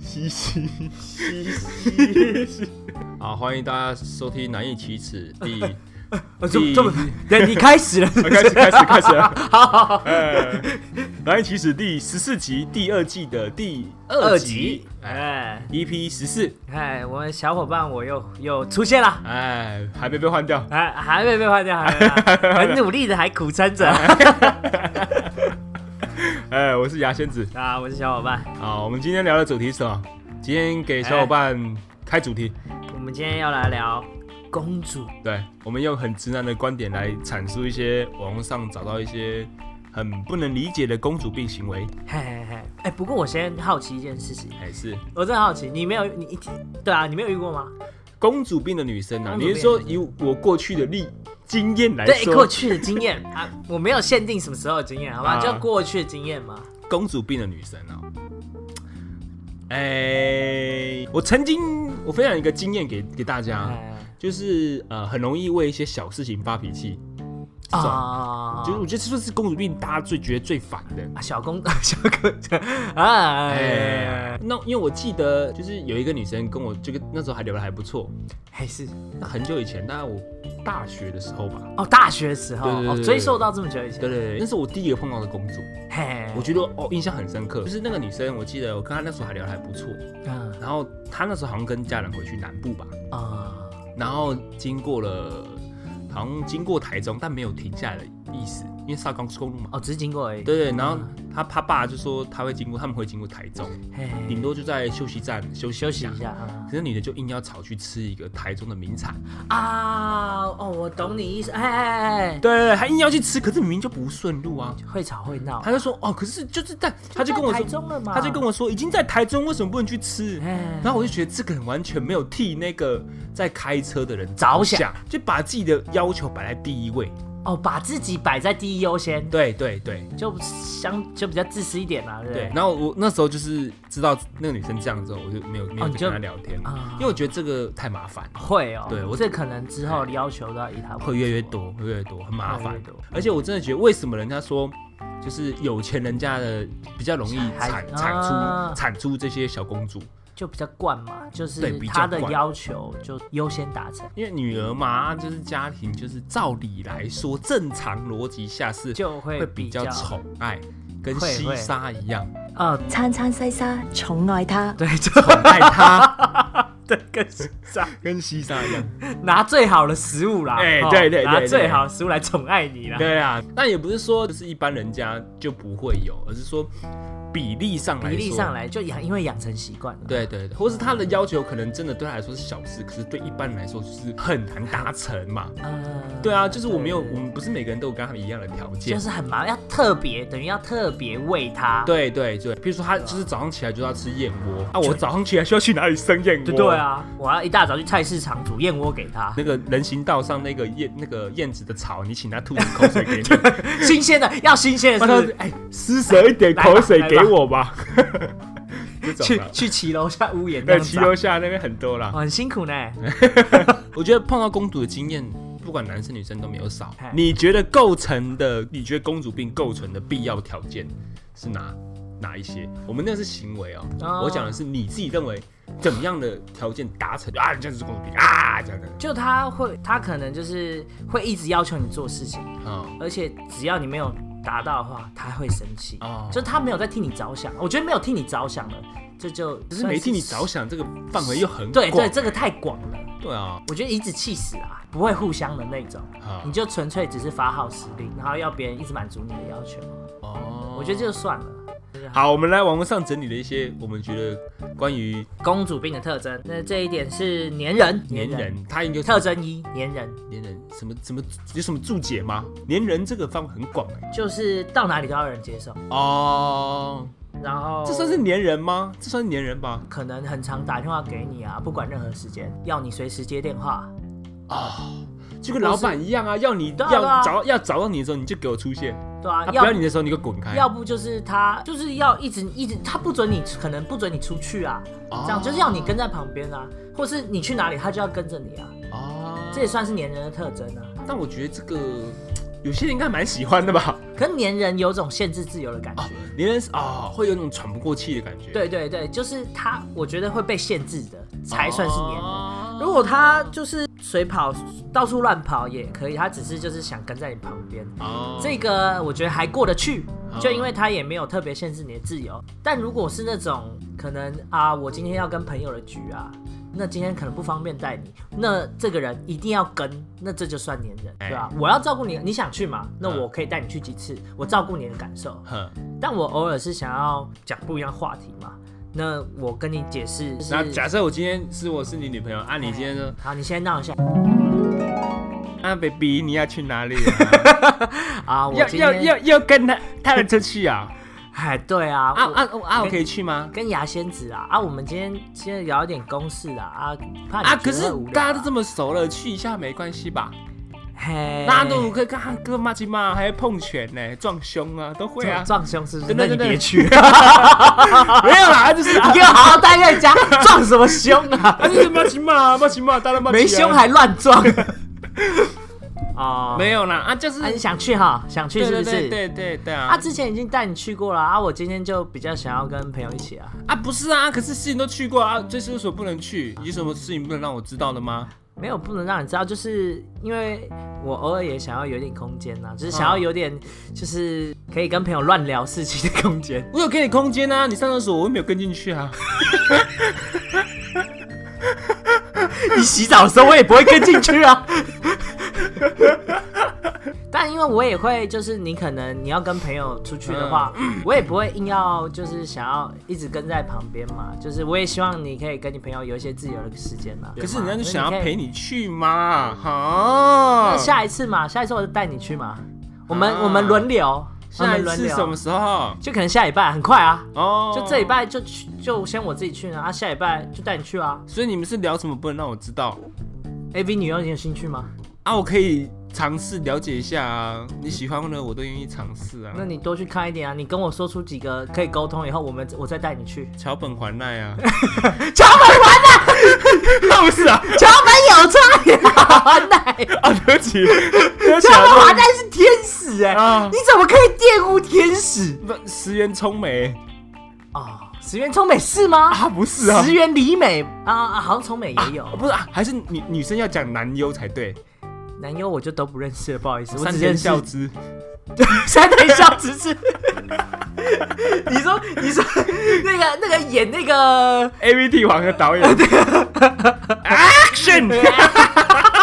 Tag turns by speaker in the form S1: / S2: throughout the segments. S1: 嘻嘻
S2: 嘻嘻嘻。
S1: 啊，欢迎大家收听《难以启齿》 第，
S2: 啊，这么这么，对，你开始 了，
S1: 开始开始开始了，
S2: 好好好，
S1: 呃，《难以启齿》第十四集第二季的第
S2: 二
S1: 集
S2: 集，哎
S1: EP 十四，
S2: 哎，我们小伙伴我又又出现了。
S1: 哎，还没被换掉，
S2: 还还没被换掉，还没被 换掉很努力的，还苦撑 着
S1: 哎，我是牙仙子，
S2: 啊！我是小伙伴，
S1: 啊，我们今天聊的主题是什么？今天给小伙伴开主题，
S2: 我们今天要来聊公主，
S1: 对，我们用很直男的观点来阐述一些网络上找到一些很不能理解的公主病行为，
S2: 嘿嘿嘿。哎，不过我先好奇一件事情，
S1: 哎，是
S2: 我真的好奇，你没有你一对啊，你没有遇过吗？
S1: 公主病的女生啊，
S2: 公主
S1: 你
S2: 病
S1: 是说以我过去的历经验来
S2: 对，
S1: 说，
S2: 过去的经 验啊，我没有限定什么时候的经验，好吧？
S1: 啊
S2: 就过去的经验嘛。
S1: 公主病的女生啊，哎、我曾经我分享一个经验给给大家，
S2: 哎
S1: 就是呃，很容易为一些小事情发脾气，这种
S2: 啊，
S1: 就是我觉得这就是公主病大家最觉得最烦的。
S2: 啊小公 小公主啊，
S1: 哎
S2: 哎，，
S1: 那因为我记得就是有一个女生跟我这个那时候还聊得还不错，
S2: 还是
S1: 那很久以前，大概我大学的时候吧。
S2: 哦，大学的时候
S1: 对对对
S2: 哦，
S1: 对
S2: 追溯到这么久以前，
S1: 对对对，那是我第一个碰到的公主，
S2: 嘿，
S1: 我觉得哦印象很深刻。就是那个女生，我记得我跟她那时候还聊得还不错，
S2: 嗯
S1: 然后她那时候好像跟家人回去南部吧，
S2: 啊
S1: 然后经过了，好像经过台中，但没有停下来的意思，因为上高速公路嘛。
S2: 哦，只是经过而已，
S1: 对对，然后他他爸就说他会经过，他们会经过台中，
S2: 嘿，
S1: 顶多就在休息站休息
S2: 嗯休息一
S1: 下。
S2: 下啊
S1: 可是女的就硬要吵去吃一个台中的名产，
S2: 啊，哦，我懂你意思，哎哎哎
S1: 对对对，还硬要去吃，可是明明就不顺路啊。
S2: 哎，会吵会闹，
S1: 他就说哦，可是就是在，他就跟我
S2: 在台
S1: 说，
S2: 中了嘛，
S1: 他就跟我说已经在台中，为什么不能去吃？
S2: 哎
S1: 然后我就觉得这个人完全没有替那个在开车的人
S2: 着
S1: 想，就把自己的要求摆在第一位。
S2: 哦，把自己摆在第一优先，
S1: 对对对，
S2: 就相就比较自私一点啦，对不
S1: 对
S2: 对，？
S1: 然后我那时候就是知道那个女生这样之后，我就没有没有
S2: 哦你
S1: 再
S2: 就
S1: 跟她聊天，
S2: 啊
S1: 因为我觉得这个太麻烦，
S2: 会哦，
S1: 对我
S2: 这可能之后的要求都要以他为主
S1: 会越来越多，会越来越多，很麻
S2: 越来
S1: 烦
S2: 越多。
S1: 而且我真的觉得，为什么人家说就是有钱人家的比较容易
S2: 还
S1: 产产
S2: 啊
S1: 出产出这些小公主，
S2: 就比较惯嘛，就是
S1: 对比较
S2: 他的
S1: 惯
S2: 要求就优先达成，
S1: 因为女儿嘛，啊就是家庭就是照理来说，正常逻辑下是
S2: 就会
S1: 会比较宠爱，跟
S2: 会
S1: 西
S2: 会
S1: 沙一样
S2: 啊，
S3: 餐餐西沙寵愛他。
S2: 对，就
S1: 宠爱她，
S2: 对，跟是
S1: 跟西沙一样。
S2: 拿最好的食物啦，
S1: 哎
S2: 哦
S1: 对对对
S2: 拿
S1: 对
S2: 最好的食物来宠爱你啦，
S1: 对啊，但也不是说就是一般人家就不会有，而是说比例上来
S2: 比
S1: 说，
S2: 例上，来就养，因为养成习惯了，
S1: 对对对，或是他的要求可能真的对他来说是小事，可是对一般人来说就是很难达成嘛。
S2: 嗯，
S1: 对啊，就是我没有，
S2: 对
S1: 我们不是每个人都有跟他们一样的条件。
S2: 就是很麻烦，要特别等于要特别为他，
S1: 对对对，比如说他就是早上起来就要吃燕窝啊，我早上起来需要去哪里生燕窝？
S2: 对对，啊，我要一大早去菜市场煮燕窝给他，
S1: 那个人行道上那个燕那个燕子的草，你请它吐点口水 给你，
S2: 新鲜 的要新鲜的，
S1: 让它
S2: 是不是？
S1: 哎施舍一点口水
S2: 来吧
S1: 给我吧。 这种啊
S2: 去
S1: 的，
S2: 去骑楼下屋檐这
S1: 在
S2: 样子
S1: 骑
S2: 啊，
S1: 楼下那边很多啦
S2: 哦。很辛苦呢，
S1: 我觉得碰到公主的经验，不管男生女生都没有少
S2: 嗨。
S1: 你觉得构成的，你觉得公主病构成的必要条件是哪哪一些？我们那是行为哦，
S2: 哦
S1: 我讲的是你自己认为怎么样的条件达成啊，你这样就是公主病啊，这样的
S2: 就他会，他可能就是会一直要求你做事情，
S1: 啊
S2: 而且只要你没有达到的话，他会生气。
S1: 哦
S2: 就他没有在替你着想，我觉得没有替你着想了，这就
S1: 可
S2: 只
S1: 是没替你着想，这个范围又很
S2: 对对，
S1: 广
S2: 这个太广了，
S1: 对啊，
S2: 我觉得颐指气使啊，不会互相的那种，
S1: 啊
S2: 你就纯粹只是发号施令，然后要别人一直满足你的要求，
S1: 哦
S2: 我觉得这就算了。
S1: 好，我们来网络上整理了一些我们觉得关于
S2: 公主病的特征，那这一点是粘人，
S1: 粘人，他应该
S2: 特征一，粘人
S1: 粘人什么什么有什么注解吗？粘人这个范围很广哎、
S2: 就是到哪里都要有人接受，
S1: 哦，
S2: 然后
S1: 这算是粘人吗？这算是粘人吧？
S2: 可能很常打电话给你啊，不管任何时间，要你随时接电话。
S1: 就跟老板一样啊，要你
S2: 对啊对啊
S1: 要找要找到你的时候，你就给我出现；
S2: 对啊，
S1: 他不
S2: 要
S1: 要你的时候，你给我滚开。
S2: 要不就是他就是要一直一直，他不准你可能不准你出去啊，
S1: 哦
S2: 这样就是要你跟在旁边啊，或是你去哪里他就要跟着你啊，
S1: 啊，
S2: 这也算是粘人的特征啊。
S1: 但我觉得这个有些人应该蛮喜欢的吧？
S2: 可是粘人有种限制自由的感觉。
S1: 啊，别人啊、会有那种喘不过气的感觉，
S2: 哦对对对，就是他，我觉得会被限制的才算是粘人。
S1: 人
S2: 如果他就是随跑到处乱跑也可以，他只是就是想跟在你旁边，
S1: 哦，
S2: 这个我觉得还过得去
S1: 哦，
S2: 就因为他也没有特别限制你的自由。但如果是那种可能啊，我今天要跟朋友的局啊，那今天可能不方便带你，那这个人一定要跟，那这就算粘人，
S1: 哎
S2: 对吧、我要照顾你，你想去嘛？那
S1: 嗯
S2: 我可以带你去几次，我照顾你的感受。
S1: 哼，
S2: 但我偶尔是想要讲不一样话题嘛，那我跟你解释是。
S1: 那假设我今天是我是你女朋友，啊，你今天说
S2: 好，你先闹一下哎
S1: 啊，baby，你要去哪里、啊？
S2: 啊！我
S1: 要
S2: 今
S1: 要
S2: 天
S1: 要要跟他他们出去啊？
S2: 哎，对啊，
S1: 啊
S2: 我
S1: 啊啊！我可以去吗？
S2: 跟牙仙子啊啊，我们今天今天聊一点公事啊啊，怕你
S1: 啊，可
S2: 觉
S1: 是
S2: 得无聊啊
S1: 大家都这么熟了，去一下没关系吧？
S2: 哎嘿，
S1: 大家都可以跟他哥骂鸡骂，还会碰拳呢，撞胸啊，都会啊
S2: 撞。撞胸是不是？
S1: 真的
S2: 那
S1: 真
S2: 你
S1: 的
S2: 别去，
S1: 没有 啦，就是
S2: 你给我好好待在家，撞什么胸 啊？
S1: 啊，就是骂鸡骂，骂鸡骂，大家骂鸡啊
S2: 没胸还乱 撞哦，
S1: 没有啦啊，就是
S2: 啊，你想去哈？想去
S1: 对
S2: 是不
S1: 对
S2: 是？
S1: 对对对对
S2: 啊，
S1: 啊
S2: 之前已经带你去过了啊，我今天就比较想要跟朋友一起啊。
S1: 啊，不是啊，可是事情都去过啊，这事务所不能去，有什么事情不能让我知道的吗？
S2: 没有不能让你知道，就是因为我偶尔也想要有点空间呐、就是
S1: 嗯
S2: 想要有点就是可以跟朋友乱聊事情的空间。
S1: 我有给你空间啊，你上厕所我又没有跟进去 啊。
S2: 你洗澡的时候我也不会跟进去啊。但因为我也会，就是你可能你要跟朋友出去的话，
S1: 嗯
S2: 我也不会硬要就是想要一直跟在旁边嘛，就是我也希望你可以跟你朋友有一些自由的时间嘛。
S1: 可是
S2: 对
S1: 人家就
S2: 吗
S1: 想要
S2: 所以你可以
S1: 陪你啊去嘛，哈
S2: 那。下一次嘛，下一次我就带你去嘛。我们、
S1: 啊
S2: 我们轮流，我
S1: 下
S2: 们
S1: 一
S2: 轮
S1: 次
S2: 流
S1: 什么？时候？
S2: 就可能下礼拜，很快啊。
S1: 哦，
S2: 就这礼。拜就去，就先我自己去呢，啊，下礼拜就带你去啊。
S1: 所以你们是聊什么不能让我知道
S2: A V 女优，你有兴趣吗？
S1: 啊？我可以尝试了解一下啊，你喜欢的我都愿意尝试啊。
S2: 那你多去看一点啊，你跟我说出几个可以沟通以后，我们我再带你去。
S1: 桥本环奈 啊，
S2: 桥本环奈，
S1: 不是 啊，
S2: 桥本有菜， 环奈，
S1: 啊，对不起，对不起
S2: 桥本
S1: 啊
S2: 环奈是天使哎、
S1: 啊
S2: 你怎么可以玷污天使
S1: 不石原聪美
S2: 啊？石原聪美是吗？
S1: 啊，不是啊
S2: 石，原里美啊啊，好像聪美也有。
S1: 啊不是啊，还是女女生要讲男优才对，
S2: 男优我就都不认识了，不好意思，我
S1: 三
S2: 只
S1: 田
S2: 认识
S1: 孝之，
S2: 山田孝之是， 你说你说那个那个演那个
S1: A V T 王的导演
S2: 啊
S1: ，Action！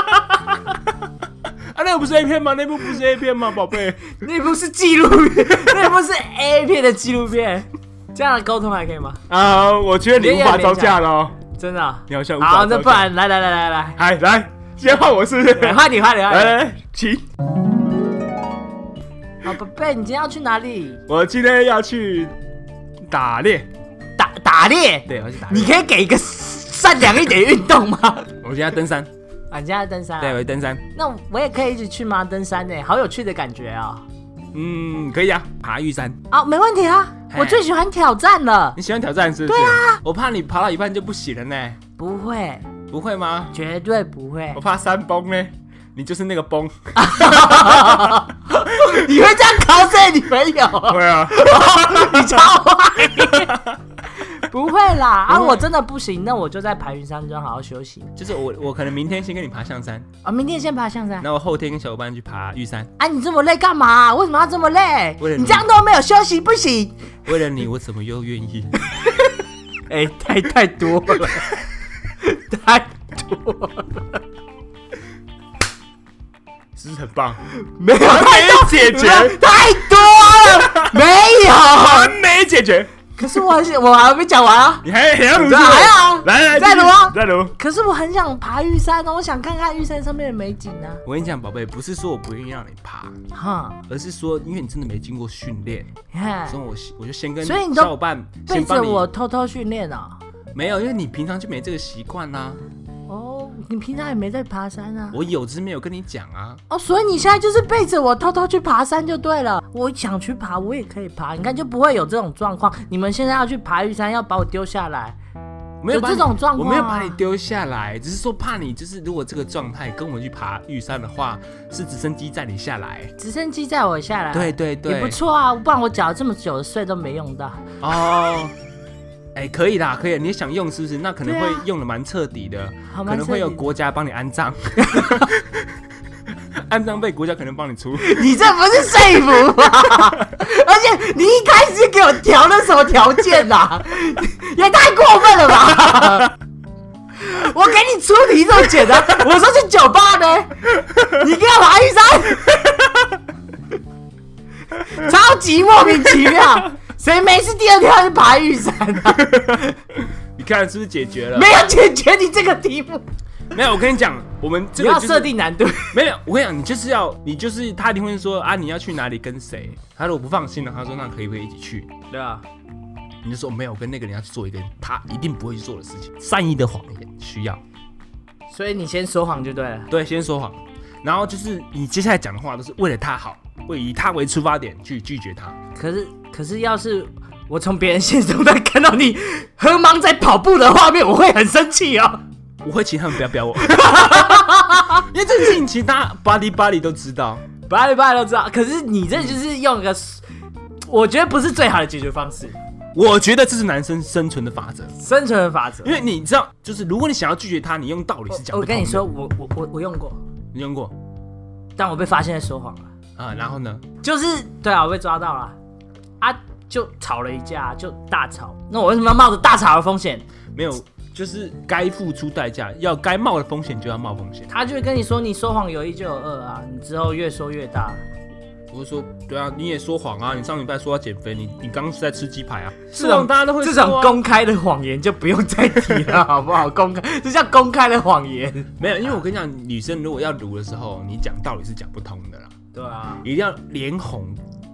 S1: 啊，那个不是 A 片吗？那部不是 A 片吗，宝贝？
S2: 那部是纪录片， 那部是 A 片的纪录片，这样的沟通还可以吗？
S1: 啊、我觉得你无法招架了哦。
S2: 真的啊、
S1: 你好像无法
S2: 好，
S1: 招架
S2: 那不然来来来来来
S1: 哎，来，先换我是不是？
S2: 来，
S1: 来
S2: 换你换你
S1: 来
S2: 换
S1: 来，请。
S2: 你。好，宝贝，你今天要去哪里？
S1: 我今天要去打猎，
S2: 打打猎？
S1: 对，我要去打猎。
S2: 你可以给一个善良一点的运动吗？
S1: 我今天要登山，
S2: 啊，你现在登山、
S1: 对，我
S2: 啊？
S1: 要登山。
S2: 那我也可以一起去吗？登山呢、好有趣的感觉啊、
S1: 嗯，可以啊，爬玉山。
S2: 啊，没问题啊，
S1: 嘿
S2: 我最喜欢挑战了。
S1: 你喜欢挑战是不是？对啊。我怕你爬到一半就不行了呢，
S2: 不会，
S1: 不会吗？
S2: 绝对不会
S1: 我。怕山崩呢，你就是那个崩。哦
S2: 你会这样考试你没 有？
S1: 对啊。
S2: 你 超坏。不会啦，啊，
S1: 不会
S2: 我真的不行，那我就在白云山庄好好休息
S1: 就是我，我可能明天先跟你爬象山，
S2: 啊。明天先爬象山。
S1: 然后后天跟小伙伴去爬玉山。
S2: 啊，你这么累干嘛、为什么要这么累
S1: 为了？你
S2: 你这样都没有休息，不行。
S1: 为了你，我怎么又愿意？
S2: 哎、太太多 了，太多了，
S1: 是不是很棒？
S2: 没有
S1: 完美解决
S2: 太多了，没有。
S1: 完美解决。
S2: 可是我还是我还没讲完啊。
S1: 你还还要撸
S2: 这还要啊
S1: 来来，
S2: 再撸啊
S1: 继续再撸。
S2: 可是我很想爬玉山哦，我想看看玉山上面的美景啊。
S1: 我跟你讲，宝贝，不是说我不愿意让你爬，
S2: 哈，
S1: 而是说因为你真的没经过训练，
S2: 你看
S1: 所以我先我就先跟
S2: 哎所以你都
S1: 小伙伴
S2: 背
S1: 先
S2: 着
S1: 帮
S2: 我
S1: 你。
S2: 偷偷训练啊。
S1: 没有，因为你平常就没这个习惯啦。
S2: 哦，你平常也没在爬山啊？
S1: 我有之没有跟你讲啊。
S2: 哦，所以你现在就是背着我偷偷去爬山就对了。我想去爬，我也可以爬，你看就不会有这种状况。你们现在要去爬玉山，要把我丢下来，
S1: 没有
S2: 有
S1: 把你
S2: 这种状
S1: 我
S2: 况啊
S1: 没有把你丢下来，只是说怕你就是如果这个状态跟我们去爬玉山的话，是直升机载你下来。
S2: 直升机载我下来，
S1: 对对对
S2: 也不错啊，不然我缴了这么久的税都没用到。
S1: 哦， 哎，可以啦，可以，你想用是不是？那可能
S2: 对啊
S1: 会用的蛮彻底的，
S2: 好
S1: 可
S2: 蛮彻
S1: 能
S2: 底
S1: 会有国家帮你安 葬，安葬费国家可能帮你 出。
S2: 你这不是说服吗？ 而且你一开始给我调那什么条件呐、 也太过分了吧！ 我给你出题这么简单，我说去酒吧呢，你给我爬玉山， 超级莫名其妙。谁没事第二天要去爬玉山
S1: 呃
S2: 啊？
S1: 你看是不是解决了？
S2: 没有解决你这个题目，
S1: 没有，我跟你讲，我们这
S2: 不
S1: 个
S2: 要
S1: 就是
S2: 设定难度。
S1: 没有，我跟你讲，你就是要，你就是他一定会说啊，你要去哪里跟谁？他如果不放心了，他说那可以不可以一起去？
S2: 对啊，
S1: 你就说没有，我跟那个人要去做一个他一定不会去做的事情，善意的谎言需要。
S2: 所以你先说谎就对了。
S1: 对，先说谎，然后就是你接下来讲的话都是为了他好，为以他为出发点去拒绝他。
S2: 可是，可是要是我从别人现实中再看到你喝忙在跑步的画面，我会很生气哦。
S1: 我会请他们不要飙 我，因为这件事情其实大家 body body 都知道。
S2: 拜拜都知道，可是你这就是用一个，我觉得不是最好的解决方式，
S1: 我觉得这是男生生存的法则，
S2: 生存的法则
S1: 因。为你知道，就是如果你想要拒绝他，你用道理是讲不通
S2: 我
S1: 的
S2: 跟你说，，我我我我用过，
S1: 你用过
S2: 但我被发现在说谎了。
S1: 啊？然后呢？
S2: 就是对啊，我被抓到了啊，就吵了一架，就大吵。那我为什么要冒着大吵的风险？
S1: 没有，就是该付出代价，要该冒的风险就要冒风险。
S2: 他就会跟你说，你说谎有一就有二啊，你之后越说越大。
S1: 我就说，对啊，你也说谎啊，你上礼拜说要减肥，你你刚刚是在吃鸡排啊，
S2: 这
S1: 是
S2: 种
S1: 种大家都会
S2: 这
S1: 说啊
S2: 种公开的谎言就不用再提 了，好不好？公开这叫公开的谎言。
S1: 没有，因为我跟你讲，女生如果要撸的时候，你讲道理是讲不通的啦，
S2: 对啊，
S1: 一定要连哄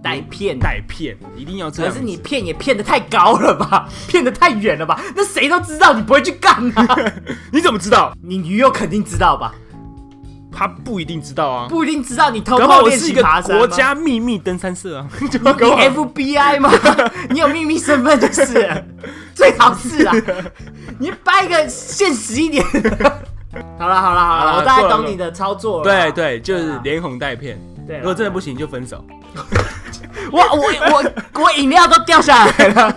S2: 带骗
S1: 带骗，一定要这
S2: 可
S1: 样子。
S2: 是你骗也骗得太高了
S1: 啊
S2: 吧，骗得太远了吧？那谁都知道你不会去干 啊，
S1: 你怎么知道？
S2: 你女友肯定知道吧？
S1: 他不一定知道啊，
S2: 不一定知道你偷
S1: 搞不好
S2: 偷
S1: 我
S2: 练
S1: 是一
S2: 习
S1: 个
S2: 爬山吗
S1: 国家秘密登山社 啊，就
S2: 你
S1: 搞不好
S2: FBI 吗？你有秘密身份就是了，最好是啊，你掰一个现实一点。好了好了 好
S1: 好啦
S2: 了，我大
S1: 够
S2: 概
S1: 了
S2: 懂你的操作了。
S1: 对对，就
S2: 对
S1: 是
S2: 啊
S1: 连哄带骗。
S2: 对啊啦
S1: 如果真的不行就分手。
S2: 我我我我饮料都掉下来了。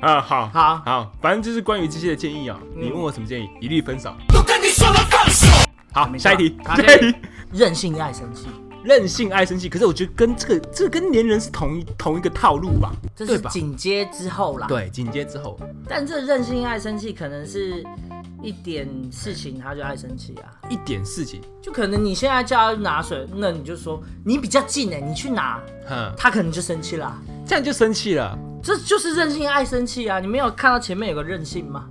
S1: 啊，好，
S2: 好
S1: 好，反正就是关于这些的建议啊、你问我什么建议，一律分手。都跟你
S2: 没
S1: 说
S2: 错
S1: 了放手。好，下一题，
S2: 好
S1: 下一题，
S2: 任性爱生气，
S1: 任性爱生气，可是我觉得跟这个这个跟粘人是同一同一个套路吧，
S2: 这
S1: 对
S2: 是
S1: 吧？
S2: 紧接之后啦。，
S1: 对，紧接之后，
S2: 但这任性爱生气可能是一点事情他就爱生气啊，
S1: 一点事情，
S2: 就可能你现在叫他拿水，那你就说你比较近哎、你去拿，
S1: 哼，
S2: 他可能就生气啦。
S1: 这样就生气了。
S2: 这就是任性爱生气啊！你没有看到前面有个任性 吗？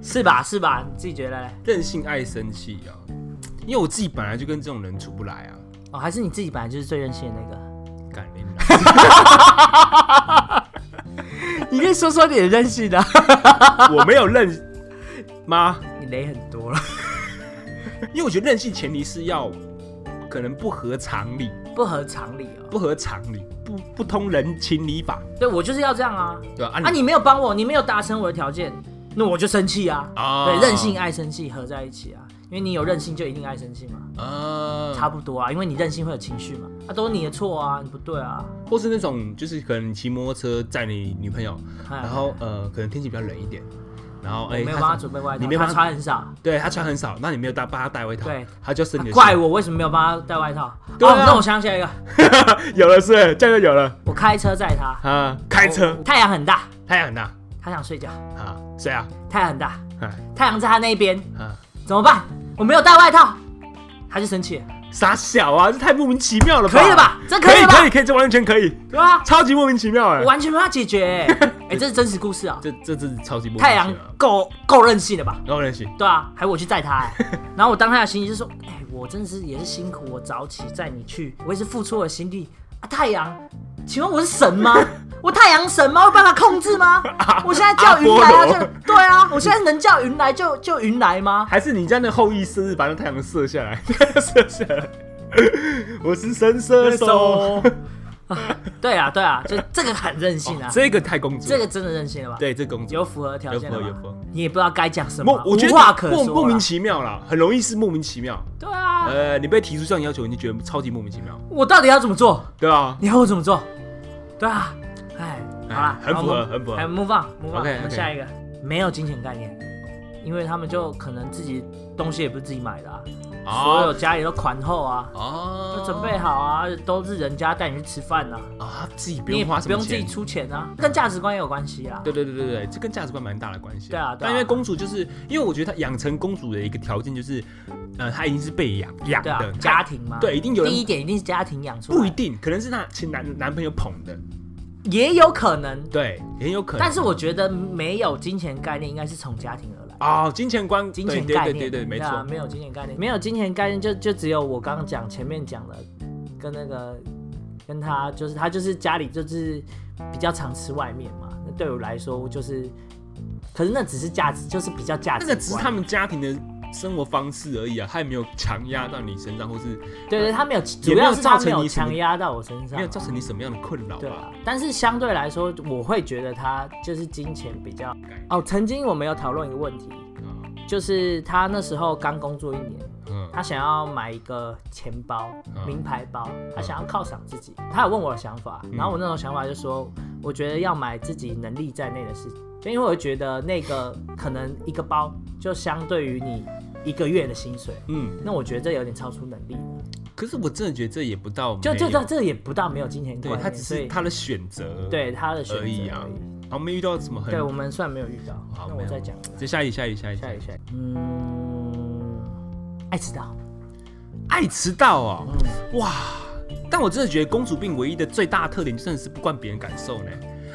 S2: 是吧？是吧？你自己觉得嘞？
S1: 任性爱生气啊，因为我自己本来就跟这种人处不来啊，
S2: 哦，还是你自己本来就是最任性的那个？
S1: 感人、啊。
S2: 你可以说说你的任性啊 的、
S1: 我没有任妈，
S2: 你雷很多了，
S1: 因为我觉得任性前提是要可能不合常理，
S2: 不合常理哦。
S1: 不合常理，不不通人情理法，
S2: 对我就是要这样啊！
S1: 对吧？
S2: 啊，你没有帮我，你没有达成我的条件，那我就生气啊！
S1: 哦
S2: 对，任性爱生气合在一起啊，因为你有任性就一定爱生气嘛，
S1: 啊，
S2: 差不多啊，因为你任性会有情绪嘛，啊，都是你的错啊，你不对啊，
S1: 或是那种就是可能你骑摩托车载你女朋友，
S2: 哎
S1: 然后呃可能天气比较冷一点，然后
S2: 我
S1: 哎
S2: 没有帮他准备外套，
S1: 你没
S2: 他
S1: 帮他
S2: 穿很少，
S1: 对她穿很少，那你没有带帮她带外套，
S2: 对
S1: 她就生你的气
S2: 怪我为什么没有帮他带外套？
S1: 对啊
S2: 哦，那我想起来一个，
S1: 有了是不是这样就有了
S2: 我开车载他，
S1: 啊，开车
S2: 我太阳很大，
S1: 太阳很大
S2: 他想睡觉，
S1: 啊，谁啊？
S2: 太阳很大，
S1: 啊
S2: 太阳在他那边，
S1: 啊，
S2: 怎么办？我没有带外套，他就生气了，
S1: 傻小啊，这太莫名其妙了吧？
S2: 可以了吧？这
S1: 可
S2: 以
S1: 以
S2: 了吧？
S1: 可以可以，这完全可以，
S2: 对啊，
S1: 超级莫名其妙哎
S2: 我，完全没法解决、欸，哎、这是真实故事啊、
S1: 这这真是超级莫名其妙。
S2: 太阳够够任性了吧？
S1: 然后人行，
S2: 对啊，还我去载他、 欸，然后我当下的心情就说，哎、我真的是也是辛苦，我早起载你去，我也是付出了心力啊。太阳，请问我是神 吗？我太阳神吗？我有办法控制吗？我现在叫云来
S1: 阿波
S2: 啊，
S1: 罗
S2: 就对啊，我现在能叫云来就就云来吗？
S1: 还是你家那后羿射日把那太 阳射下来，射下来。我是神射手，
S2: 对啊，对啊，就这个很任性啊，
S1: 哦这个太公主，
S2: 这个真的任性了吧？，
S1: 对这公主
S2: 有符合条件了
S1: 有符合有符合
S2: 吗？你也不知道该讲什么
S1: 莫
S2: 啊，，
S1: 我觉得
S2: 无话可说
S1: 莫
S2: 啊。
S1: 莫名其妙啦，很容易是莫名其妙。
S2: 对啊，
S1: 呃，你被提出这样要求，你就觉得超级莫名其妙，
S2: 我到底要怎么做？
S1: 对啊，
S2: 你要我怎么做？对啊，哎，
S1: 哎
S2: 好啦，
S1: 很符合
S2: 然后
S1: 很符合
S2: 哎，move on，move on，我
S1: OK，
S2: 们
S1: OK
S2: 下一个没有金钱概念，因为他们就可能自己东西也不是自己买的啊，所有家里都款后啊，
S1: 哦
S2: 都准备好啊，都是人家带你去吃饭啊，
S1: 啊，自己不
S2: 你也
S1: 用花什
S2: 不
S1: 么
S2: 用自己
S1: 钱。
S2: 出钱啊，跟价值观也有关系啊啦。
S1: 对对对对对，这跟价值观蛮大的关系。
S2: 对啊对啊
S1: 但因为公主就是，因为我觉得她养成公主的一个条件就是，呃，她一定是被养养
S2: 对啊
S1: 的，
S2: 家庭嘛，
S1: 对，一定有人
S2: 第一点一定是家庭养出来，
S1: 不一定，可能是她前男男朋友捧的，
S2: 也有可能，
S1: 对，也有可能。
S2: 但是我觉得没有金钱概念应该是从家庭而来。
S1: 哦，金钱观，
S2: 金钱
S1: 对
S2: 概
S1: 对
S2: 念，
S1: 对对对，没
S2: 对啊
S1: 错，
S2: 没有金钱概念，没有金钱概念就就只有我刚刚讲前面讲的，跟那个跟他就是他就是家里就是比较常吃外面嘛，那对我来说就是，可是那只是价值，就是比较价值
S1: 那
S2: 观，
S1: 个只是他们家庭的生活方式而已啊，他也没有强压到你身上，或是
S2: 对对，他没有，主
S1: 也没有
S2: 要是他
S1: 造成
S2: 没有
S1: 你什么
S2: 强压到我身上
S1: 没有，造成你什么样的困扰
S2: 对
S1: 吧
S2: 啊？，但是相对来说，我会觉得他就是金钱比较哦，曾经我们有讨论一个问题，
S1: 啊
S2: 就是他那时候刚工作一年，
S1: 嗯
S2: 他想要买一个钱包，
S1: 嗯嗯
S2: 名牌包，他想要犒赏自己。他有问我的想法，然后我那种想法就说，我觉得要买自己能力在内的事情，就因为我觉得那个可能一个包就相对于你一个月的薪水，
S1: 嗯，
S2: 那我觉得这有点超出能力了，
S1: 可是我真的觉得这也不到
S2: 就
S1: 没
S2: 就
S1: 有
S2: 这这也不到没有金钱
S1: 对
S2: 观
S1: 他
S2: 念，
S1: 只
S2: 所
S1: 是
S2: 以
S1: 他的选择，
S2: 对他的选择
S1: 而已啊
S2: 而已。
S1: 然后没遇到什么很
S2: 对我们算没有遇到，
S1: 好
S2: 那我
S1: 没有
S2: 再讲
S1: 就下一下一下一
S2: 下一
S1: 一，
S2: 下一，嗯，爱迟到，
S1: 爱迟到
S2: 嗯
S1: 哦，，哇！但我真的觉得公主病唯一的最大特点，真的是不管别人感受呢。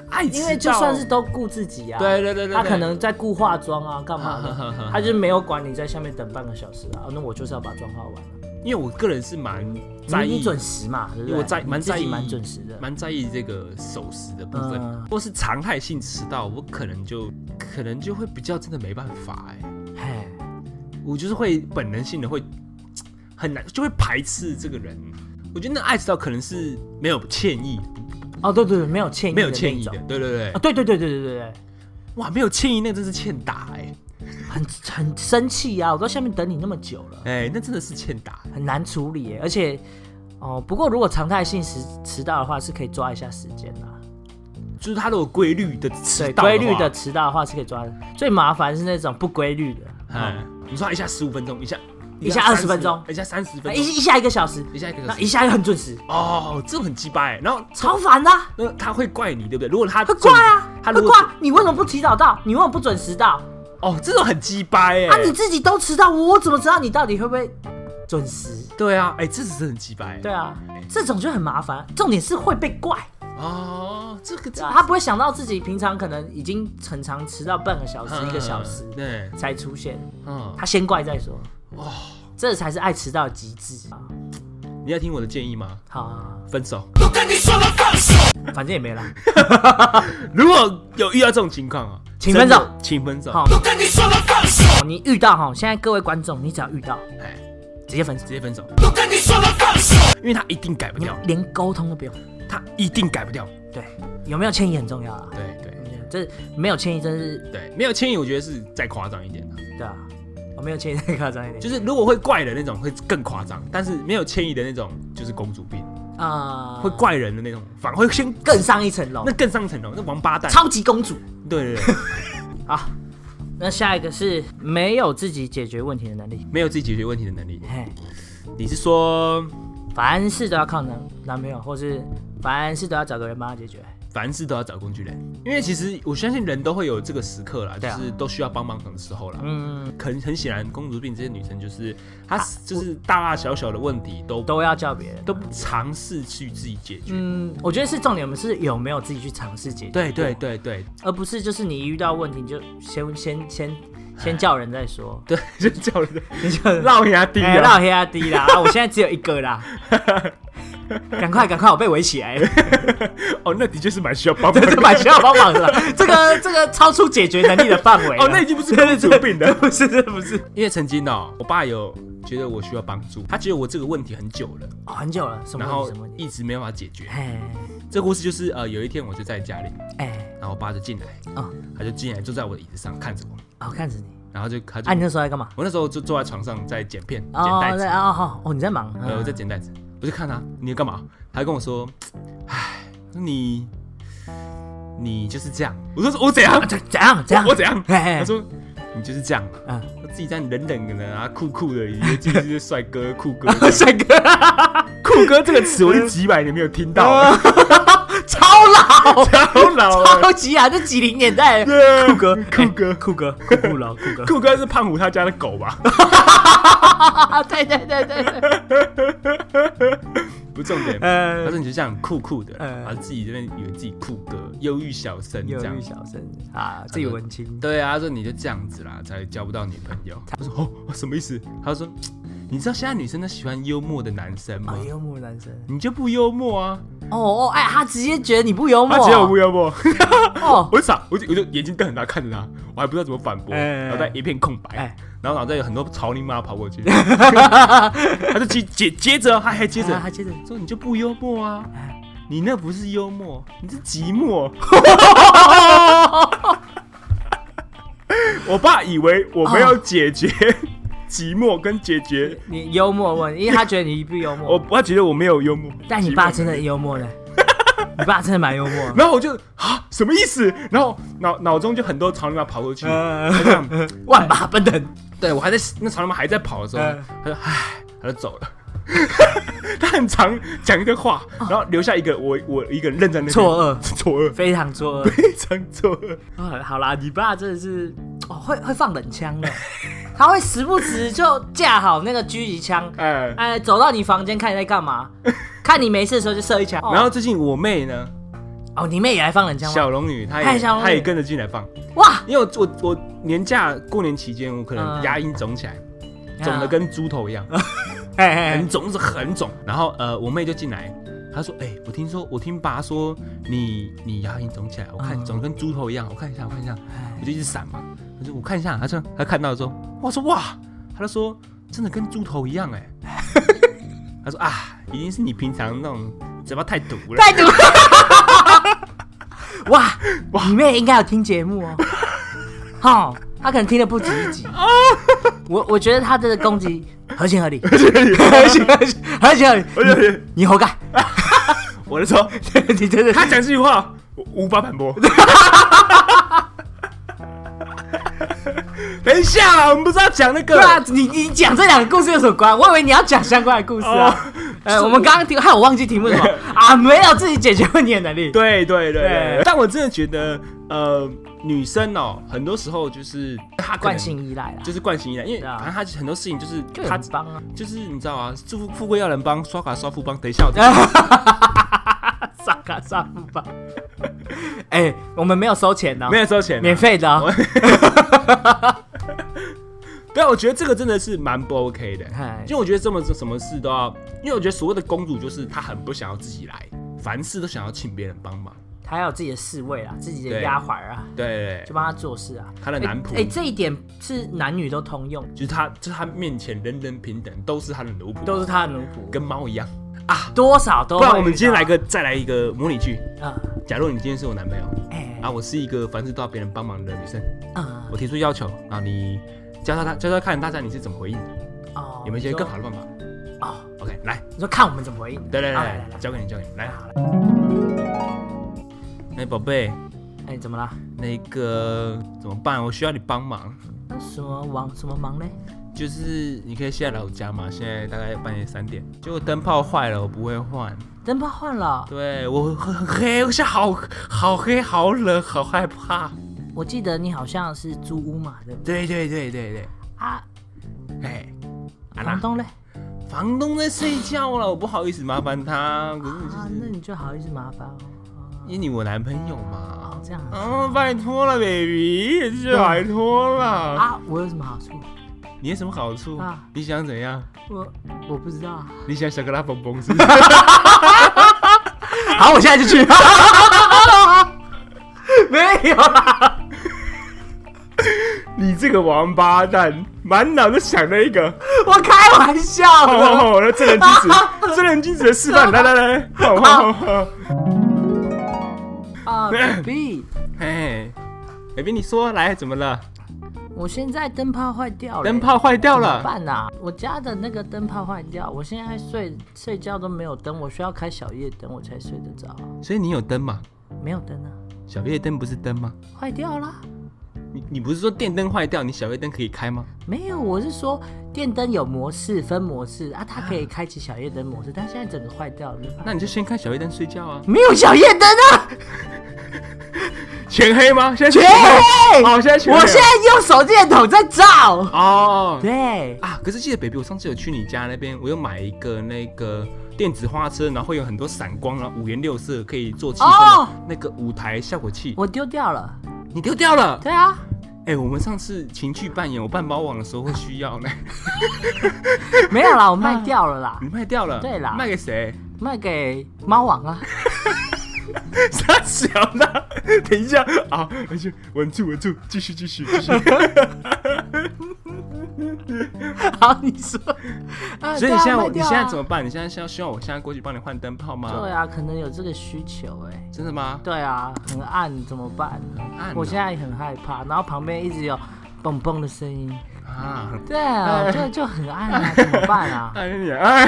S1: 爱迟到，
S2: 因为就算是都顾自己啊，
S1: 对对对对对
S2: 他可能在顾化妆啊，干嘛
S1: 哈哈哈
S2: 的
S1: 哈，
S2: 他就没有管你在下面等半个小时啊，啊那我就是要把妆化完啊。
S1: 因为我个人是蛮在
S2: 你
S1: 意
S2: 你准时嘛，对不
S1: 因
S2: 对？
S1: 为我在
S2: 你
S1: 蛮
S2: 自己
S1: 在意
S2: 蛮准时的。
S1: 蛮在意这个守时的部分，
S2: 嗯
S1: 或是常态性迟到，我可能就可能就会比较真的没办法哎、
S2: 嘿，
S1: 我就是会本能性的会很难，就会排斥这个人。我觉得那爱迟到可能是没有歉意，
S2: 哦，对对对，没有歉意，
S1: 没有歉意的，。对对对
S2: 啊，，对对对对对对对，
S1: 哇，没有歉意那真是欠打哎、
S2: 很很生气啊！我在下面等你那么久了，
S1: 哎、那真的是欠打。
S2: 很难处理耶，而且。哦，不过如果常态性迟迟到的话，是可以抓一下时间的、
S1: 就是他都有规律的迟
S2: 对，
S1: 到的话
S2: 规律的，迟到的话是可以抓的。最麻烦是那种不规律的，
S1: 哎，你说他一下十五分钟，一下
S2: 哦一下
S1: 30
S2: 20分钟哎
S1: 一下三十分
S2: 一
S1: 钟，
S2: 一下一个小时，
S1: 一下一个小
S2: 那
S1: 时，
S2: 一下又很准时，
S1: 哦，这种很鸡掰欸。然后
S2: 超烦的啊、
S1: 那他会怪你，对不对？如果他
S2: 会怪啊，
S1: 他
S2: 会
S1: 如果
S2: 怪你为什么不提早到？你为什么不准时到？
S1: 哦，这种很鸡掰哎、
S2: 啊，你自己都迟到，我怎么知道你到底会不会准时？
S1: 对啊，哎、这只是很鸡掰欸。
S2: 对啊，这种就很麻烦。重点是会被怪，
S1: 哦，这个这
S2: 对啊他不会想到自己平常可能已经很常迟到半个小时、一个小时
S1: 嗯对，
S2: 才出现，
S1: 嗯，
S2: 他先怪再说。这才是爱迟到的极致啊！
S1: 嗯你要听我的建议吗？
S2: 好啊，
S1: 分手。
S2: 反正也 没啦。
S1: 如果有遇到这种情况啊，
S2: 请分手
S1: 真的，请分手。
S2: 好，都跟你说了放手。你遇到哈，现在各位观众，你只要遇到，
S1: 哎，
S2: 直接分手
S1: 直，接分手。都跟你说了放手，因为他一定改不
S2: 你
S1: 掉，
S2: 连沟通都不用。
S1: 他一定改不掉。
S2: 对，有没有歉意很重要啊。
S1: 对对
S2: 这没有歉意真是
S1: 对，没有歉意，我觉得是再夸张一点的。
S2: 对啊，我没有歉意再夸张一点，
S1: 就是是如果会怪的那种会更夸张，但是没有歉意的那种就是公主病，
S2: 啊、
S1: 会怪人的那种，反而会先
S2: 更上一层楼
S1: 那，更上层楼，那王八蛋。
S2: 超级公主
S1: 对对对，
S2: 啊。那下一个是没有自己解决问题的能力，
S1: 没有自己解决问题的能力。
S2: 嘿，
S1: 你是说
S2: 凡事都要靠男男朋友，或是凡事都要找个人帮他解决。
S1: 凡事都要找工具人？因为其实我相信人都会有这个时刻啦，就
S2: 对啊
S1: 是都需要帮忙的时候啦。
S2: 嗯，啊
S1: 很很显然，公主病这些女生就是她就是大大小小的问题都
S2: 都要叫别人。
S1: 都不尝试去自己解决。
S2: 嗯，我觉得是重点，我们是有没有自己去尝试解决，
S1: 对对对对
S2: 而不是就是你遇到问题你就先先先先叫人再说，
S1: 对，就叫人
S2: 你就
S1: 绕牙低
S2: 嗯哎，
S1: 啊，
S2: 到黑压低啦！啊，我现在只有一 个啦，赶快赶快，我被围起来了，
S1: 哦，那的确是蛮需要帮忙
S2: 这
S1: 的。
S2: 蛮需要帮忙的啦。这个这个超出解决能力的范围了。
S1: 哦哦，那已经不是公主病了。
S2: 不是这不是，
S1: 因为曾经哦，我爸有觉得我需要帮助，他觉得我这个问题很久了，
S2: 哦很久了，什么
S1: 然
S2: 问
S1: 后
S2: 题什么问题？
S1: 一直没有办法解决。
S2: 哎
S1: 这故事就是呃，有一天我就在家里，
S2: 哎
S1: 然后我爸就进来，
S2: 哦，
S1: 他就进来坐在我的椅子上看着我，
S2: 哦看着你，
S1: 然后就他就、
S2: 啊你那时候在干嘛？
S1: 我那时候就坐在床上在剪片、剪
S2: 哦
S1: 带子
S2: 在，哦哦哦你在忙，
S1: 呃，我在
S2: 嗯
S1: 剪袋子，我就看他，你要干嘛？他跟我说，唉，你你就是这样。我说我怎样
S2: 啊？这怎样怎样？
S1: 我怎样？
S2: 嘿嘿
S1: 他说你就是这样。
S2: 嗯，
S1: 我自己在冷冷的呢，然后酷酷的，以为自己是帅哥酷 哥。
S2: 帅哥
S1: 酷哥这个词我是几百年没有听
S2: 哦
S1: 到，
S2: 超 老，
S1: 超老了。
S2: 超级啊，这几零 年代的
S1: 酷哥，酷哥，
S2: 酷哥酷 酷老酷哥，
S1: 酷哥是胖虎他家的狗吧？
S2: 啊对对对对对，
S1: 不重点。他
S2: 呃
S1: 说你就这样酷酷的，
S2: 嗯
S1: 然后自己这边以为自己酷哥，呃忧郁小生
S2: 忧
S1: 这样
S2: 郁。小生啊，自己文青，
S1: 对啊，他说你就这样子啦，才交不到女朋友。 他说哦，什么意思？他说，你知道现在女生都喜欢幽默的男生吗
S2: 啊？幽默男生。
S1: 你就不幽默啊？
S2: 哦哦，哎，他直接觉得你不幽默，
S1: 他觉得我不幽默，
S2: 哦，
S1: 我就傻，我就我就眼睛瞪很大看着他，我还不知道怎么反驳，
S2: 哎
S1: 脑袋一片空白
S2: 哎，
S1: 然后脑袋有很多草泥马跑过去， 他就接接接着，他还接
S2: 啊他
S1: 着
S2: 接着，
S1: 说你就不幽默啊，你那不是幽默，你是寂寞。 我爸以为我们要解决
S2: 哦
S1: 寂寞跟解决，
S2: 你幽默问，因为他觉得你不幽默。
S1: 我他觉得我没有幽默，
S2: 但你
S1: 寂
S2: 爸
S1: 寞
S2: 真的幽 默呢，你爸真的蛮幽默的。
S1: 然后我就啊，什么意思？然后脑脑中就很多草泥马跑过去，
S2: 呃，
S1: 他这样
S2: 万马奔腾，
S1: 对我还在那草泥马还在跑的时候
S2: 嗯，
S1: 他就唉，他就走了。 他很常讲一个话，然后留下一个我我一个人愣在那边
S2: 哦错 愕，
S1: 错愕，
S2: 非常错 愕。
S1: 非常错愕。
S2: 啊好啦，你爸真的是哦，会会放冷枪的，他会时不时就架好那个狙击枪，
S1: 哎，
S2: 哎，走到你房间看你在干嘛，看你没事的时候就射一枪。哦
S1: 然后最近我妹呢，
S2: 哦，你妹也来放冷枪吗？
S1: 小龙女，她
S2: 嗨
S1: 也
S2: 小龙女
S1: 她也跟着进来放，
S2: 哇，
S1: 因为我我我年假过年期间，我可能
S2: 嗯
S1: 牙龈肿起来，肿
S2: 啊
S1: 的跟猪头一样，
S2: 哎哎哎
S1: 很肿是很肿。然后呃，我妹就进来，她说：“哎、我听说，我听爸说你你牙龈肿起来，我看
S2: 嗯
S1: 肿得跟猪头一样，我看一下，我看一下。”我
S2: 哎
S1: 就一直闪嘛，她说：“我看一下。”她说：“她看到之后，我说哇，她就说真的跟猪头一样哎、 她说啊，一定是你平常那种嘴巴太毒了，
S2: 太毒了！ 哇，你妹应该有听节 目哦。哦，她可能听了不止一集。我我觉得她的攻击合情合 理，合 情合理，合情合理。
S1: 我就
S2: 你活该，
S1: 哎 我就说，
S2: 你真的
S1: 她讲这句话，我无法反驳。 等一下啦，我们不是要讲那个
S2: 对啊！你你讲这两个故事有什么关？我以为你要讲相关的故事 啊。哎，我们刚刚听，害我忘记题目是什么啊？没有自己解决问题的能力。
S1: 对对对
S2: 对
S1: 对，但我真的觉得，呃，女生哦，很多时候就是她可能
S2: 惯，性依赖啦，
S1: 就是惯性依赖，因为
S2: 对啊
S1: 反正她很多事情就是
S2: 就
S1: 她
S2: 很帮啊，
S1: 就是你知道啊，富富贵要人帮，刷卡刷富帮，等一下我再
S2: 啊上卡上不吧。 哎，我们没有收钱呢，哦
S1: 没有收钱啊，
S2: 免费的哦。
S1: 对啊，我觉得这个真的是蛮不 OK 的
S2: 嗨，
S1: 因为我觉得这么什么事都要，因为我觉得所谓的公主就是她很不想要自己来，凡事都想要请别人帮忙，
S2: 他要有自己的侍卫啊，自己的
S1: 嗯对
S2: 丫鬟啊，
S1: 对对
S2: 就
S1: 对，
S2: 帮他做事啊。
S1: 她的男仆
S2: 哎、欸这一点是男女都通用，
S1: 就是她就是她面前人人平等，都是她的奴仆，
S2: 都是他的奴仆，
S1: 跟猫一样。
S2: 多少都
S1: 嗯不
S2: 会遇到。
S1: 然我们今天来个再来一个模拟剧，
S2: 啊，
S1: 假如你今天是我男朋友
S2: 哎
S1: 啊，我是一个凡事都要别人帮忙的女生，
S2: 啊
S1: 我提出要求啊，你教教他教教看大家你是怎么回应，
S2: 哦
S1: 有没有一些更好的办法
S2: 你说哦，
S1: ？OK，来，
S2: 你说看我们怎么回应？
S1: 对对
S2: 啊来来
S1: 对，
S2: 来，
S1: 交给你交给你，来，
S2: 好了，
S1: 哎宝贝，
S2: 哎、怎么啦？
S1: 那个怎么办？我需要你帮忙，
S2: 那什么忙什么忙嘞？
S1: 就是你可以现在来我家嘛，现在大概半夜三点，结果灯泡坏了，我不会换，
S2: 灯泡换了，
S1: 对我很很黑，我现在好好黑好冷好害怕，
S2: 我记得你好像是租屋嘛，对不对？
S1: 对对对对对，
S2: 啊，
S1: 哎，啊啦
S2: 房东嘞？
S1: 房东在睡觉了，我不好意思麻烦他，可是就
S2: 啊，那
S1: 是
S2: 你就好意思麻烦
S1: 嗯
S2: 哦。
S1: 因为你我男朋友
S2: 哦
S1: 嘛，，
S2: 这样啊
S1: 啊，拜托了，baby，是拜托了，
S2: 啊，我有什么好处？
S1: 嗯你有什么好处
S2: 啊？
S1: 你想怎样？
S2: 我我不知道啊。
S1: 你想想跟他蹦蹦是不 是？
S2: 好，我现在 就去。没有啦，
S1: 你这个王八蛋，满脑子想着一个，
S4: 我开玩笑
S1: 哦
S4: 的。
S1: 哦，哦那正人君子，正人君子的示范，来来来，好好好，
S2: 啊、b
S1: 哎，美斌，你说来怎么了？
S2: 我现在灯泡坏掉了，欸
S1: 灯泡坏掉
S2: 怎么
S1: 了，
S2: 办啊？我家的那个灯泡坏掉，我现在睡睡觉都没有灯，我需要开小夜灯我才睡得着，
S1: 所以你有灯嘛？
S2: 没有灯啊，
S1: 小夜灯不是灯吗？
S2: 坏掉啦。
S1: 你你不是说电灯坏掉，你小夜灯可以开吗？
S2: 没有，我是说电灯有模式分模式啊，它可以开启小夜灯模式，但现在整个坏掉了。
S1: 那你就先开小夜灯睡觉啊。
S2: 没有小夜灯 啊！
S1: 全黑吗？现在
S4: 全黑
S1: 哦，现在全黑。
S4: 我现在用手电筒在照。
S1: 哦
S2: 对，
S1: 啊，可是记得 baby，我上次有去你家那边，我有买一个那个电子花车，然后会有很多闪光，然后五颜六色可以做气氛
S4: 哦
S1: 的那个舞台效果器，
S2: 我丢掉了。
S1: 你丢掉了。
S2: 对啊，
S1: 哎、我们上次情趣扮演我半包网的时候会需要呢，
S2: 没有啦，我卖掉了啦
S1: 你，卖掉了？
S2: 对啦
S1: 卖给谁？
S2: 卖给猫王啊。
S1: 傻小的， 等一下啊，我去稳住稳住，继续继续继续。
S2: 好，你说。啊
S1: 所以你现在、
S2: 对啊卖
S1: 你
S2: 掉啊
S1: 现在怎么办？你现在是要需要我现在过去帮你换灯泡吗？
S2: 对啊，可能有这个需求哎、
S1: 真的吗？
S2: 对啊，很暗怎么办？
S1: 暗哦
S2: 我现在也很害怕，然后旁边一直有蹦蹦的声音。
S1: 啊，
S2: 对啊，就就很暗啊，怎么办啊？
S1: 哎你哎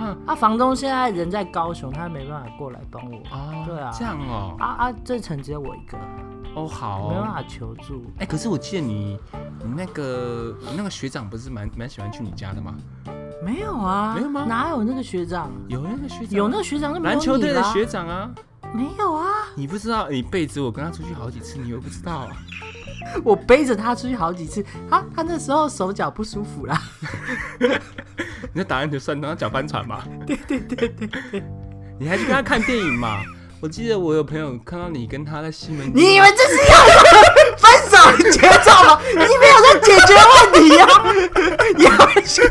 S1: 啊
S2: 啊，房东现在人在高雄，他没办法过来帮我。
S1: 哦，
S2: 对啊
S1: 这样哦，
S2: 啊啊，这层只有我一个，
S1: 哦好
S2: 没办
S1: 哦。
S2: 法求助。
S1: 哎、可是我记得你，你那个你那个学长不是蛮蛮喜欢去你家的吗？
S2: 没有啊，
S1: 没有吗
S2: 哪有那个学长？
S1: 有那个学长，
S2: 有那个学长就没有
S1: 篮球队的
S2: 你啦
S1: 学长啊，
S2: 没有啊？
S1: 你不知道，你背着我跟他出去好几次，你又不知道、
S2: 我背着他出去好几次，他他那时候手脚不舒服啦。
S1: 你在打篮球算，然后脚翻船嘛？对对对对对，你还去跟他看电影嘛？我记得我有朋友看到你跟他在西门町，
S4: 你以为这是要有分手的节奏吗？你没有在解决问题呀、
S2: 啊
S4: 你要去，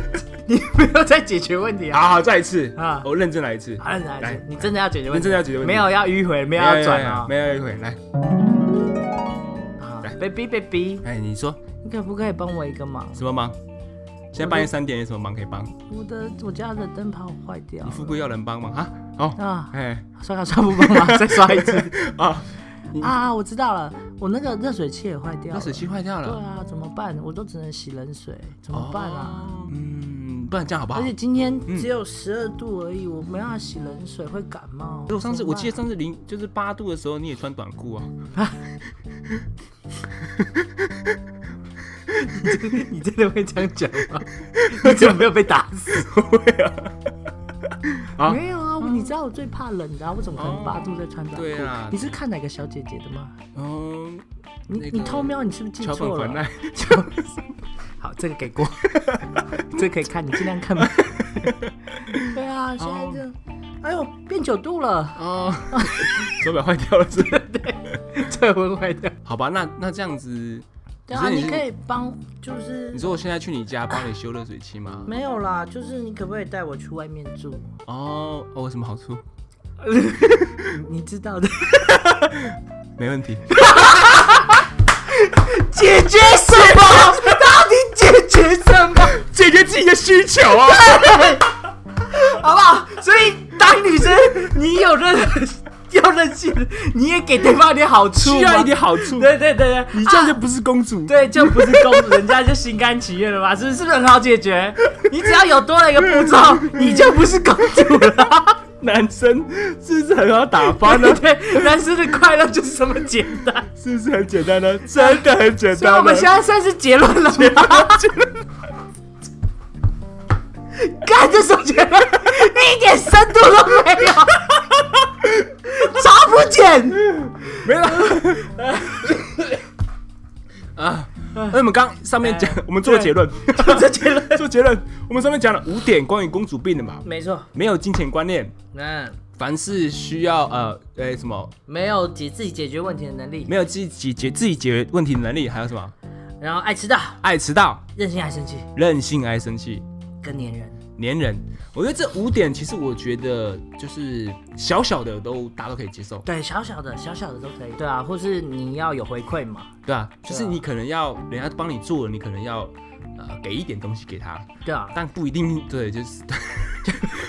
S4: 你没有在解决问题啊！
S1: 好好再一次啊
S2: 啊，
S1: 我认真来一次，
S2: 啊，来
S1: 来
S2: 你真的要解决问题？
S1: 你真的要解决问题哎
S2: 没有要迂回，没有要转啊。
S1: 没有没有一回来，哎
S2: 啊
S1: 来
S2: baby baby，
S1: 哎，你说
S2: 你可不可以帮我一个忙？
S1: 什么忙？现在半夜三点有什么忙可以帮？你
S2: 我的我家的灯泡坏掉
S1: 富贵要人帮忙啊？好，
S2: 啊，
S1: 哎
S2: 刷卡刷不帮忙，再刷一次
S1: 啊，
S2: 啊！我知道了，我那个热水器也坏掉
S1: 热
S2: 了。
S1: 水器坏掉
S2: 对
S1: 了，
S2: 啊，怎么办？我都只能洗冷水，怎么办啊？
S1: 哦？嗯，不然这样好不好
S2: 而？且今天只有十二度而已，我没办法洗冷水，会感冒。
S1: 我上次我记得
S2: 怎么
S1: 上次零就是八度的时候，你也穿短裤啊？
S2: 办你真的会这样讲 吗？你怎么没有被打死？
S1: 啊
S2: 没有啊，你知道我最怕冷的、啊，我怎么可
S1: 哦
S2: 能八度在穿短裤？
S1: 对啊
S2: 你是看哪个小姐姐的吗？
S1: 嗯，
S2: 你、
S1: 那个
S2: 你偷瞄，你是不是记
S1: 桥本
S2: 错
S1: 环奈
S2: 了？。就好，这个给 过，这个可以看，你尽量看吧。对啊，现在这，哎呦，变九度 了，
S1: 哦，手表坏掉了是不是？
S2: 这温坏掉。
S1: 好吧，那那这样子，
S2: 对
S1: 所
S2: 啊，
S1: 以你
S2: 你
S1: 是
S2: 可以帮，就是
S1: 你说我现在去你家帮你修热水器吗？
S2: 没有啦，就是你可不可以带我去外面 住？
S1: 哦，哦，有什么好处？
S2: 你知道的，
S1: 没问 题。
S4: 解决什么？到底解决什么？
S1: 解决自己的需求啊！
S4: 好不好？所以当女生，你有任何要任性的，你也给对方一点好处
S1: 需
S4: 嘛
S1: 要一。点好处。
S4: 对对对对，
S1: 你这样就不是公主。
S4: 对，就不是公主，人家就心甘情愿了嘛，是不是是不是很好解决？你只要有多了一个步骤， 你就不是公主了。
S1: 男生是不是很好打发 呢
S4: 对？对，男生的快乐就是这么简单。
S1: 是不是很简单呢？真的很简
S4: 所以我们现在算是结论了吗？干这种结论，一点深度都没有，超不简。
S1: 没了。啊，那我们刚上面讲，我们做了结论，
S4: 这结论
S1: 做结论，我们上面讲了五点关于公主病的嘛，
S2: 没错。
S1: 没有金钱观念，
S2: 嗯，
S1: 凡是需要呃呃什么，
S2: 没有解自己解决问题的能力，
S1: 没有自己解自己解决问题的能力，还有什么
S2: 然后爱迟到、
S1: 爱迟到、
S2: 任性、爱生气、
S1: 任性、爱生气、
S2: 更年人、
S1: 粘人。我觉得这五点其实我觉得就是小小的都大家都可以接受，
S2: 对，小小的小小的都可以，对啊，或是你要有回馈嘛，
S1: 对吧、就是你可能要人家帮你做了，你可能要呃给一点东西给他，
S2: 对啊，
S1: 但不一定对，就是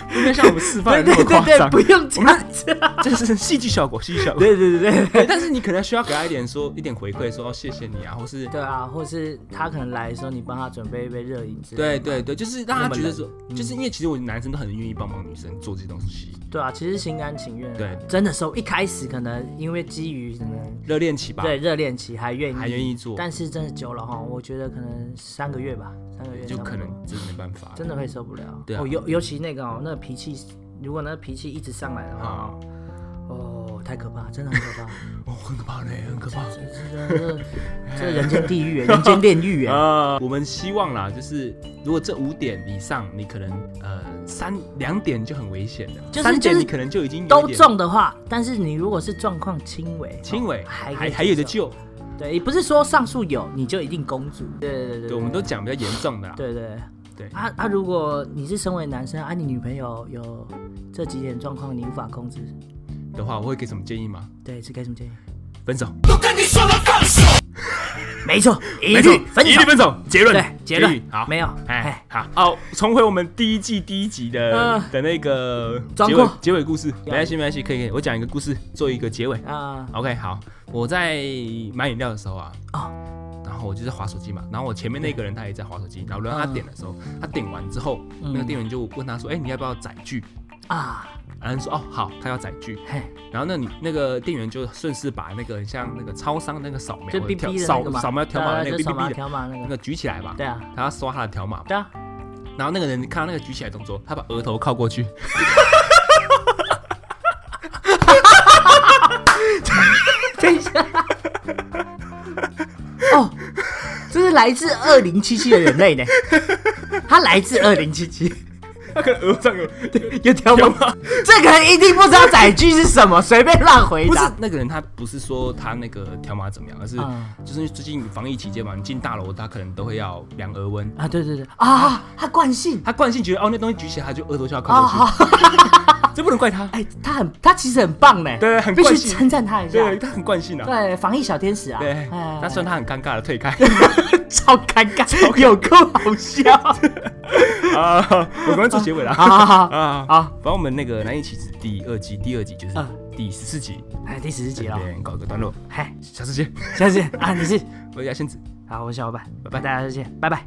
S1: 不应该像我们示范
S2: 对
S1: 的
S2: 对
S1: 那么夸
S2: 对对，
S1: 张
S2: 不，用这样子，
S1: 就是戏剧效果，戏剧效果。
S2: 对对对对。
S1: 对，但是你可能需要给他一点说一点回馈，说哦谢谢你啊，或是
S2: 对啊，或是他可能来的时候，你帮他准备一杯热饮之类
S1: 对
S2: 的。
S1: 对对，就是让他觉得说
S2: 那么，嗯
S1: 就是因为其实我男生都很愿意帮忙女生做这些东西，
S2: 对啊，其实心甘情愿啊。
S1: 对
S2: 真的时候一开始可能因为基于可能
S1: 热恋期吧，
S2: 对热恋期还愿意，
S1: 还愿意做
S2: 但是真的久了哈，我觉得可能三个月吧，三个月
S1: 就
S2: 差不
S1: 可
S2: 多
S1: 能真的没办法。
S2: 真的会受不了。
S1: 对啊
S2: 哦，尤尤其那个哦，那个脾气，如果那个脾气一直上来的话
S1: 啊，
S2: 哦，太可怕，真的很可 怕，嗯
S1: 哦，很可怕嘞，很可怕。
S2: 这这这这这人间 地狱耶，人间炼狱哎。
S1: 呃，我们希望啦，就是如果这五点以上，你可能呃三两点就很危险了，
S2: 就是
S1: 三
S2: 就
S1: 点
S2: 是
S1: 你可能就已经有
S2: 都
S1: 一点
S2: 中的话，但是你如果是状况轻微，
S1: 轻微，
S2: 哦
S1: 还
S2: 还
S1: 还
S2: 还
S1: 有的。救。
S2: 对，也不是说上述有你就一定公主。对对对对
S1: 对，我们都讲比较严重的啦。
S2: 对对
S1: 对
S2: 啊啊！如果你是身为男生，啊，你女朋友有这几点状况，你无法控制，
S1: 的话，我会给什么建议吗？
S2: 对，是该怎么建议？
S1: 分手，
S2: 没错，一律分
S1: 一
S2: 手
S1: 律。分手，结论，
S2: 对，结论
S1: 语好，
S2: 没有，
S1: 哎
S2: 哎，，
S1: 好，哦，重回我们第一季第一集的
S2: 嗯
S1: 的那个
S2: 装
S1: 结尾
S2: 过
S1: 结尾故事，没关系没关系，可以可以，我讲一个故事做一个结尾。
S2: 啊
S1: OK，好，我在买饮料的时候啊，
S2: 哦
S1: 然后我就在划手机嘛，然后我前面那个人他也在划手机，然后轮到他
S2: 嗯
S1: 点的时候，他点完之后，那个
S2: 嗯
S1: 店员就问他说：“哎、你要不要载具
S2: 啊，？”
S1: 然后他说：“哦，好，他要载具。
S2: 嘿，”
S1: 然后那你那个店员就顺势把那个很像那个超商那个扫描
S2: 就
S1: 的
S2: B
S1: 条
S2: B 的那
S1: 扫
S2: 个嘛，
S1: 扫描条码的那
S2: 对
S1: 个 B
S2: 啊
S1: B
S2: 就扫描
S1: B 的
S2: 条码那
S1: 那
S2: 个，
S1: 个举起来吧，
S2: 对啊，
S1: 他要刷他的条码嘛。
S2: 对啊，
S1: 然后那个人看到那个举起来的动作，他把额头靠过去，
S2: 哦，这是来自二零七七的人 类呢，他来自二零七七，
S1: 他可能额上有
S2: 有条
S1: 条
S2: 码，
S1: 码。
S5: 这个人一定不知道载具是什么，随便乱回
S1: 不是
S5: 答。
S1: 那个人，他不是说他那个条码怎么样，而是
S2: 嗯
S1: 就是最近防疫期间嘛，你进大楼他可能都会要量额温。
S2: 啊，对对对，啊
S5: 啊，他惯性。
S1: 他惯性觉得哦，那东西举起来他就额头就要靠过去，这不能怪他。
S5: 哎，他很，他其实很棒呢，
S1: 对很
S5: 必
S1: 惯
S5: 须
S1: 性
S5: 称赞他一下。
S1: 对他很惯性啊。
S2: 对，防疫小天使啊，
S1: 对，
S2: 哎
S1: 那虽然他很尴尬的退开
S5: 超尴 尬，有够好笑。
S1: 啊，我赶快做结尾了
S5: 好好好，
S1: 啊
S5: 好！
S1: 反正我们那个《难以启齿》第二季，第二集就是
S2: 嗯
S1: 第十四集，
S2: 哎，第十四集
S1: 这
S2: 了，
S1: 边搞一个段落，
S2: 嗨，
S1: 下次见。
S2: 下次见啊，你是
S1: 我是牙仙子。
S2: 好，我是小伙伴，
S1: 拜拜
S2: 大家再见，拜拜。